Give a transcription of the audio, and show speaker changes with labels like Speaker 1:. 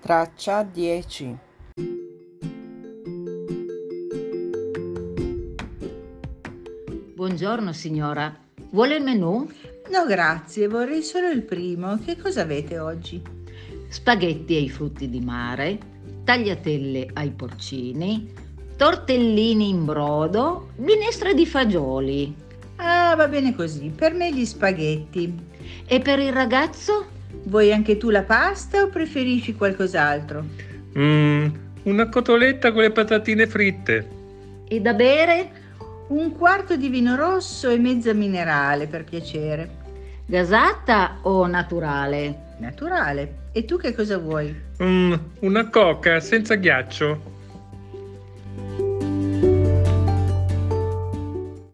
Speaker 1: Traccia dieci
Speaker 2: Buongiorno signora, vuole il menù?
Speaker 3: No, grazie, vorrei solo il primo. Che cosa avete oggi?
Speaker 2: Spaghetti ai frutti di mare, tagliatelle ai porcini, tortellini in brodo, minestra di fagioli.
Speaker 3: Ah, va bene così. Per me gli spaghetti.
Speaker 2: E per il ragazzo?
Speaker 3: Vuoi anche tu la pasta o preferisci qualcos'altro?
Speaker 4: Mm, una cotoletta con le patatine fritte.
Speaker 2: E da bere?
Speaker 3: Un quarto di vino rosso e mezza minerale, per piacere.
Speaker 2: Gasata o naturale?
Speaker 3: Naturale. E tu che cosa vuoi?
Speaker 4: Mm, una coca senza ghiaccio.